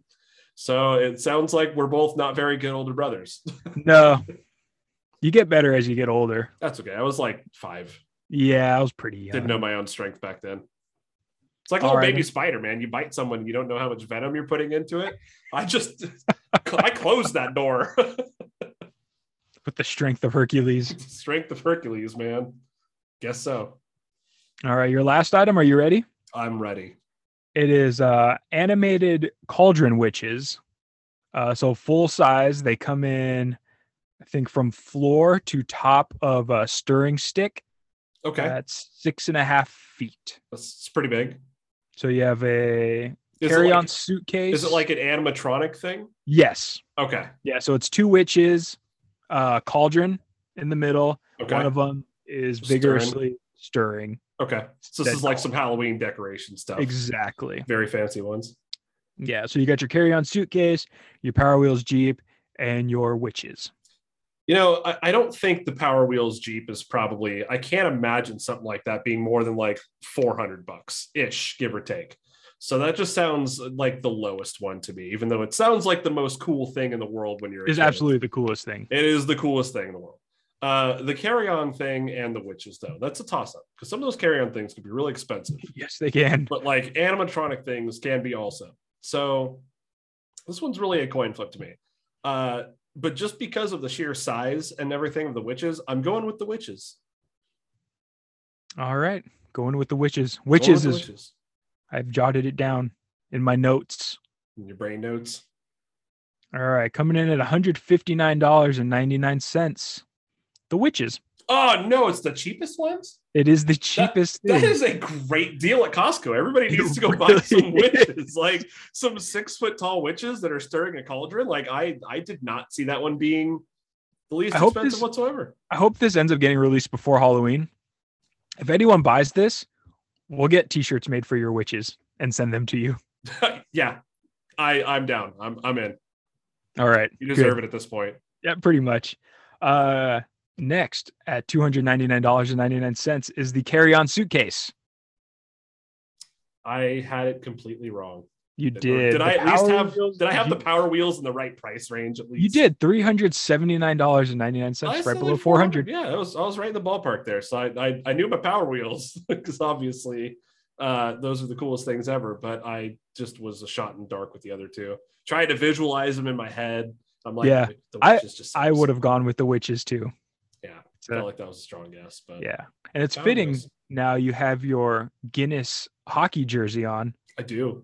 A: So it sounds like we're both not very good older brothers.
B: No, you get better as you get older.
A: That's okay. I was like five,
B: Yeah, I was pretty young.
A: didn't know my own strength back then. It's like a
B: All
A: little
B: right.
A: baby spider, man. You bite someone, you don't know how much venom you're putting into it. I just, I closed that door.
B: With the strength of Hercules.
A: strength of Hercules, man. Guess so.
B: All right, your last item. Are you ready?
A: I'm ready.
B: It is uh, animated cauldron witches. Uh, so full size. They come in, I think, from floor to top of a stirring stick.
A: Okay,
B: That's six and a half feet.
A: that's, it's pretty big.
B: So you have a
A: Is it
B: carry
A: like-
B: on suitcase.
A: Is it like an animatronic thing?
B: Yes.
A: Okay,
B: Yeah. So it's two witches, uh, cauldron in the middle.
A: okay,
B: One of them is
A: Stirring.
B: vigorously stirring.
A: okay. So this
B: Dead
A: is like
B: dog.
A: some Halloween decoration stuff.
B: Exactly.
A: Very fancy ones.
B: Yeah. So you got your carry on suitcase, your Power Wheels Jeep, and your witches.
A: You know, I, I don't think the Power Wheels Jeep is probably. I can't imagine something like that being more than like four hundred bucks ish, give or take. So that just sounds like the lowest one to me, even though it sounds like the most cool thing in the world when you're. a
B: Is
A: kid.
B: absolutely the coolest thing.
A: It is the coolest thing in the world. Uh, the carry-on thing and the witches, though, that's a toss-up because some of those carry-on things could be really expensive,
B: Yes, they can.
A: but like animatronic things can be also. So this one's really a coin flip to me. Uh, but just because of the sheer size and everything of the witches, I'm going with the witches.
B: All right. Going with the witches.
A: Going with
B: Witches
A: the
B: is,
A: witches.
B: I've jotted it down in my notes.
A: In your brain notes.
B: All right. Coming in at $159.99. The witches.
A: Oh no, it's the cheapest ones.
B: It is the cheapest
A: That
B: thing.
A: is a great deal at Costco. Everybody
B: Hmm. It
A: needs to go buy
B: really
A: some
B: is.
A: witches, like some six foot tall witches that are stirring a cauldron. Like I, I did not see that one being the least
B: I hope
A: expensive
B: this-
A: whatsoever.
B: I hope this ends up getting released before Halloween. If anyone buys this, we'll get t-shirts made for your witches and send them to you.
A: yeah, I, I'm down. I'm, I'm in.
B: All right.
A: You deserve it at this point.
B: Yeah, pretty much. Uh next at $299.99 is the carry-on suitcase.
A: I had it completely wrong.
B: You
A: Did,
B: did.
A: did
B: The
A: I at least
B: Power
A: have?
B: Wheels-
A: Did I have
B: you,
A: the power wheels in the right price range at least?
B: You did $379.99
A: I
B: right
A: said
B: below
A: like
B: 400.
A: Yeah, I was I was right in the ballpark there. So I I, I knew my power wheels because obviously uh, those are the coolest things ever. But I just was a shot in the dark with the other two. Tried to visualize them in my head. I'm like,
B: Yeah,
A: the
B: I-
A: witches just
B: I would have gone with the witches too.
A: Yeah. felt
B: So,
A: like that was a strong guess, but
B: yeah. And it's
A: Power
B: fitting
A: Wheels.
B: now you have your Guinness hockey jersey on.
A: I do.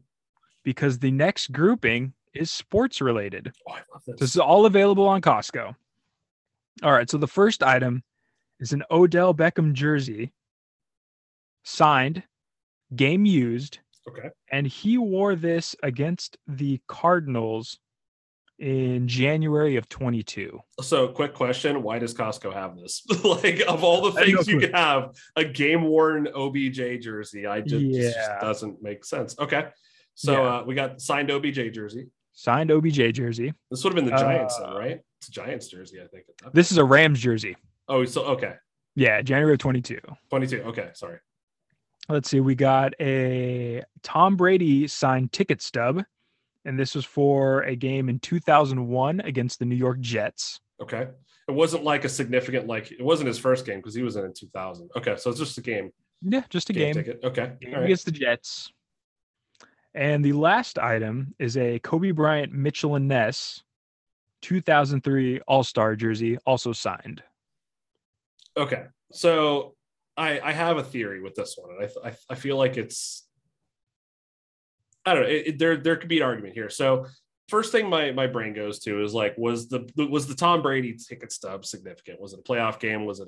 B: because the next grouping is sports related.
A: Oh, I love this.
B: This is all available on Costco. All right, so the first item is an Odell Beckham jersey, signed, game used,
A: okay.
B: and he wore this against the Cardinals in January of 22.
A: So, quick question: Why does Costco have this? like, of all the
B: I have no
A: things you
B: clue.
A: could have, a game worn OBJ jersey, I just, just
B: Yeah.
A: doesn't make sense. Okay, so
B: Yeah.
A: uh, we got signed OBJ jersey.
B: Signed OBJ jersey.
A: This would have been the Giants,
B: Uh,
A: though, right? It's a Giants jersey, I think. at that
B: This is a Rams jersey.
A: Oh, so okay,
B: Yeah, January of 22.
A: twenty-two. Okay, sorry.
B: Let's see, we got a Tom Brady signed ticket stub, and this was for a game in 2001 against the New York Jets.
A: Okay, it wasn't like a significant like it wasn't his first game because he was in in two thousand. Okay, so it's just a game
B: Yeah, just a game.
A: ticket. Okay,
B: game
A: all right.
B: against the Jets. And the last item is a Kobe Bryant Mitchell and Ness 2003 All Star jersey, also signed.
A: Okay, so I I have a theory with this one, and I th- I, th- I feel like it's I don't know. It, it- there there could be an argument here. So first thing my my brain goes to is like was the was the Tom Brady ticket stub significant? Was it a playoff game? Was it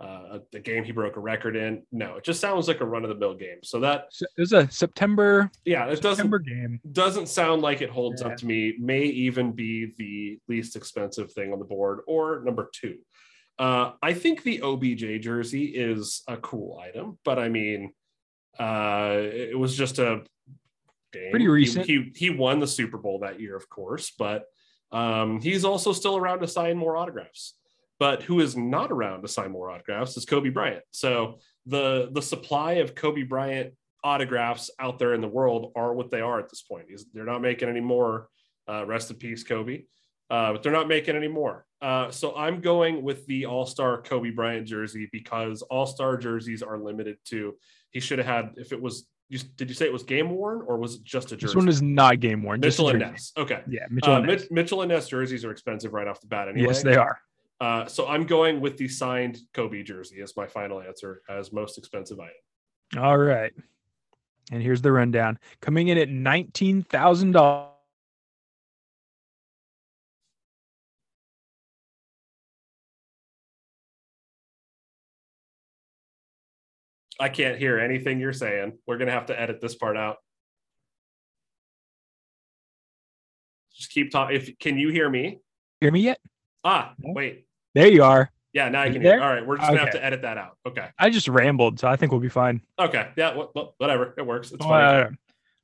A: uh, a, a game he broke a record in? No, it just sounds like a run of the mill game. So that
B: So it was a September,
A: yeah, it doesn't
B: September game.
A: doesn't sound like it holds up to me may even be the least expensive thing on the board or number two uh, i think the obj jersey is a cool item but i mean uh, it was just a game.
B: Pretty recent.
A: he, he, he won the super bowl that year of course but um, he's also still around to sign more autographs but who is not around to sign more autographs is kobe bryant so the the supply of kobe bryant autographs out there in the world are what they are at this point. He's- They're not making any more. Uh, rest in peace, Kobe. Uh, but they're not making any more. Uh, so I'm going with the All Star Kobe Bryant jersey because All Star jerseys are limited to. He should have had if it was. You, did you say it was game worn or was it just a
B: This
A: jersey?
B: one is not game worn. just a
A: Mitchell and
B: jersey.
A: Ness. Okay.
B: Yeah, Mitchell
A: Uh,
B: and Ness.
A: Mitch, Mitchell and Ness jerseys are expensive right off the bat. Anyway.
B: Yes, they are.
A: Uh, so I'm going with the signed Kobe jersey as my final answer as most expensive item.
B: All right. And here's the rundown. Coming in at nineteen thousand dollars.
A: I can't hear anything you're saying. We're gonna have to edit this part out. Just keep talking. If can you hear me?
B: Hear me yet?
A: Ah,
B: No.
A: wait.
B: There you are.
A: Yeah, now I
B: You
A: can hear. you.
B: there?
A: All right, we're just gonna have
B: Okay.
A: to edit that out. Okay.
B: I just rambled, so I think we'll be fine.
A: Okay. Yeah. wha- wha- whatever. It works. It's fine.
B: Uh,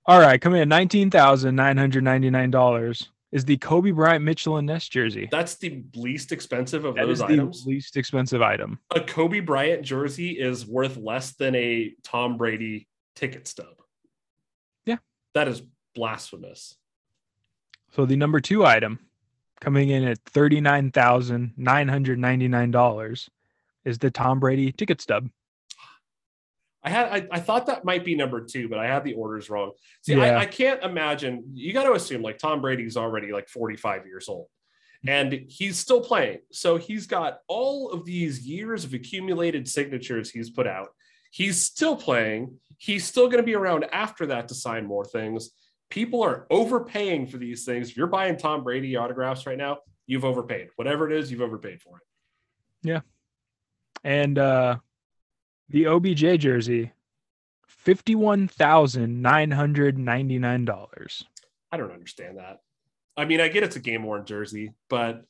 B: all right, coming in nineteen thousand nine hundred ninety nine dollars is the Kobe Bryant Mitchell and Ness jersey.
A: That's the least expensive of
B: That is
A: those
B: the
A: items.
B: least expensive item.
A: a Kobe Bryant jersey is worth less than a Tom Brady ticket stub.
B: Yeah.
A: That is blasphemous.
B: So the number two item, coming in at thirty nine thousand nine hundred ninety nine dollars, is the Tom Brady ticket stub.
A: I had I, I thought that might be number two, but I had the orders wrong. See,
B: Yeah.
A: I, I can't imagine. You got to assume like Tom Brady's already like 45 years old, and he's still playing. So he's got all of these years of accumulated signatures he's put out. He's still playing. He's still going to be around after that to sign more things. People are overpaying for these things. If you're buying Tom Brady autographs right now, you've overpaid. Whatever it is, you've overpaid for it.
B: and uh the OBJ jersey, fifty-one thousand nine hundred ninety-nine dollars.
A: I don't understand that. I mean, I get it's a game worn jersey, but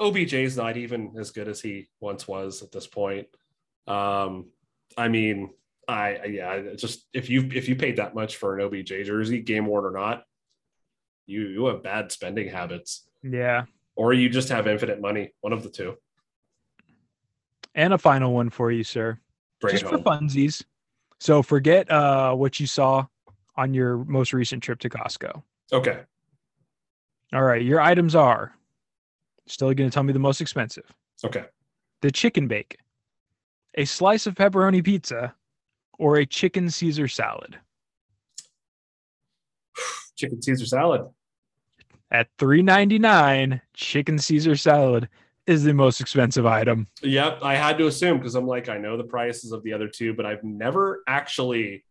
A: OBJ's not even as good as he once was at this point. Um, I mean, I I- yeah, I just if you if you paid that much for an OBJ jersey, game worn or not, you you have bad spending habits,
B: Yeah,
A: or you just have infinite money. One of the two.
B: and a final one for you, sir,
A: Bring
B: just
A: it
B: for
A: home.
B: funsies. So forget uh what you saw on your most recent trip to Costco.
A: Okay,
B: All right, your items are still going to tell me the most expensive:
A: okay.
B: the chicken bake, a slice of pepperoni pizza, or a chicken Caesar salad.
A: Chicken Caesar salad.
B: At three ninety-nine, chicken Caesar salad is the most expensive item.
A: Yep, I had to assume because I'm like I know the prices of the other two, but I've never actually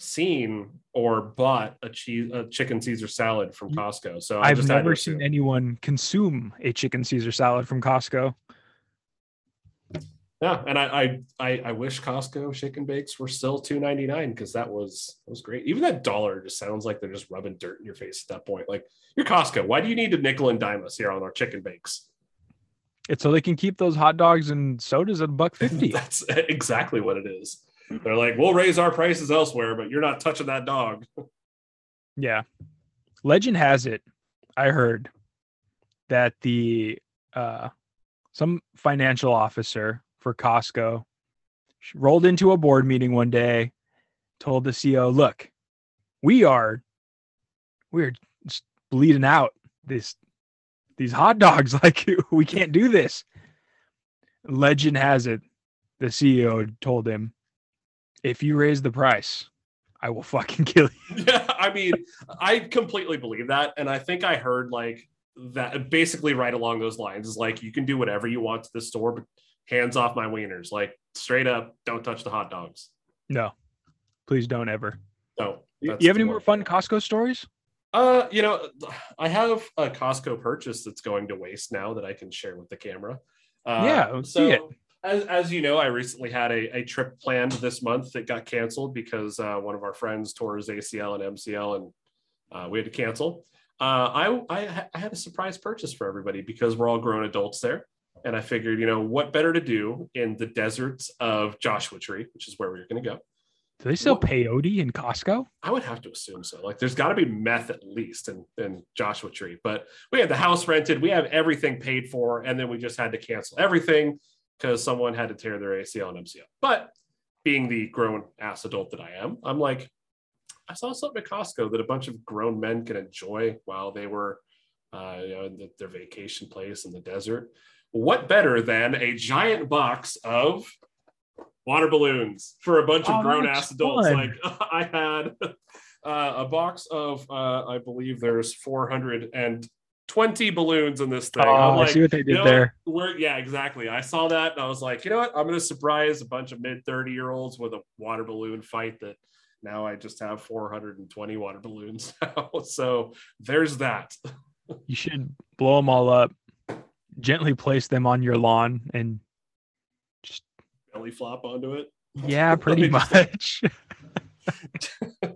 A: seen or bought a cheese a chicken Caesar salad from Costco. So I
B: I've
A: just had to
B: never
A: assume.
B: seen anyone consume a chicken Caesar salad from Costco.
A: Yeah, and I, I I I wish Costco chicken bakes were still two ninety nine because that was that was great. Even that dollar just sounds like they're just rubbing dirt in your face at that point. Like you're Costco. Why do you need to nickel and dime us here on our chicken bakes?
B: It's so they can keep those hot dogs and sodas at a buck fifty.
A: That's exactly what it is. They're like, we'll raise our prices elsewhere, but you're not touching that dog.
B: Yeah. Legend has it, I heard that the uh some financial officer for Costco sh- rolled into a board meeting one day, told the CEO, "Look, we are we're just bleeding out this these hot dogs like we can't do this." Legend has it the CEO told him, "If you raise the price, I will fucking kill you."
A: yeah, I mean, I completely believe that, and I think I heard like that basically right along those lines is like you can do whatever you want to the store, but hands off my wieners. Like straight up, don't touch the hot dogs.
B: No, please don't ever.
A: No.
B: You
A: that's
B: you have
A: the
B: any more
A: one.
B: fun Costco stories?
A: Uh, you know, I have a Costco purchase that's going to waste now that I can share with the camera. Uh,
B: Yeah, let's see it.
A: As, as you know, I recently had a, a trip planned this month that got canceled because uh, one of our friends tore his ACL and MCL, and uh, we had to cancel. Uh, I, I ha- I had a surprise purchase for everybody because we're all grown adults there, and I figured, you know, what better to do in the deserts of Joshua Tree, which is where we were going to go.
B: Do they sell
A: What-
B: peyote in Costco?
A: I would have to assume so. Like, there's got to be meth at least in, in Joshua Tree. But we had the house rented, we have everything paid for, and then we just had to cancel everything because someone had to tear their ACL and MCL. But being the grown ass adult that I am, I'm like, I saw something at Costco that a bunch of grown men can enjoy while they were, uh, you know, in the, their vacation place in the desert. What better than a giant box of water balloons for a bunch
B: Oh,
A: of
B: that
A: grown
B: looks
A: ass adults?
B: fun.
A: Like I had uh, a box of, uh, I believe there's 420 balloons in this thing. I'm
B: Oh, I
A: like,
B: see what they did
A: Uh, you know,
B: there.
A: we're, yeah, exactly. I saw that and I was like, you know what? I'm going to surprise a bunch of mid 30 year olds with a water balloon fight that now I just have 420 water balloons now. So there's that.
B: You should blow them all up, gently place them on your lawn, and
A: Belly flop onto it.
B: yeah, pretty
A: Just-
B: much.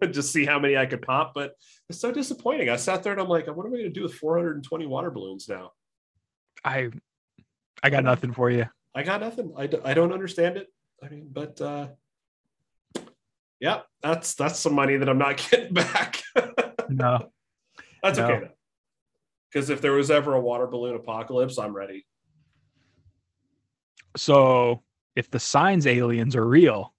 A: just see how many I could pop. But it's so disappointing. I sat there and I'm like, what am I going to do with 420 water balloons now?
B: I, I got nothing for you.
A: I got nothing. I, d- I don't understand it. I mean, but uh, yeah, that's that's some money that I'm not getting back.
B: No,
A: That's
B: No.
A: okay though. Because if there was ever a water balloon apocalypse, I'm ready.
B: so if the signs aliens are real,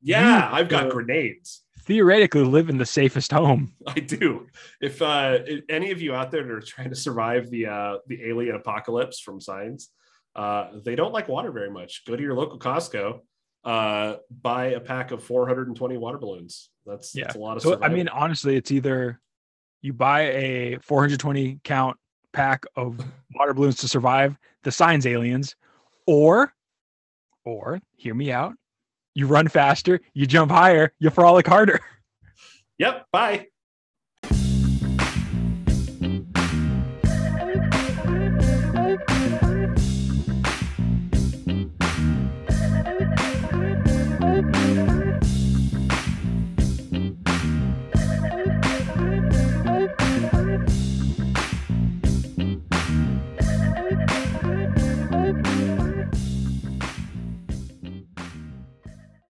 A: Yeah, I've got
B: uh,
A: grenades.
B: theoretically live in the safest home.
A: I do. If uh, i- any of you out there that are trying to survive the uh, the alien apocalypse from signs, uh, they don't like water very much. Go to your local Costco, uh, buy a pack of 420 water balloons. That's, that's a lot of.
B: So I
A: survival.
B: mean, honestly, it's either you buy a 420 count pack of water balloons to survive the signs aliens, or or hear me out, you run faster, you jump higher, you frolic harder.
A: yep. Bye.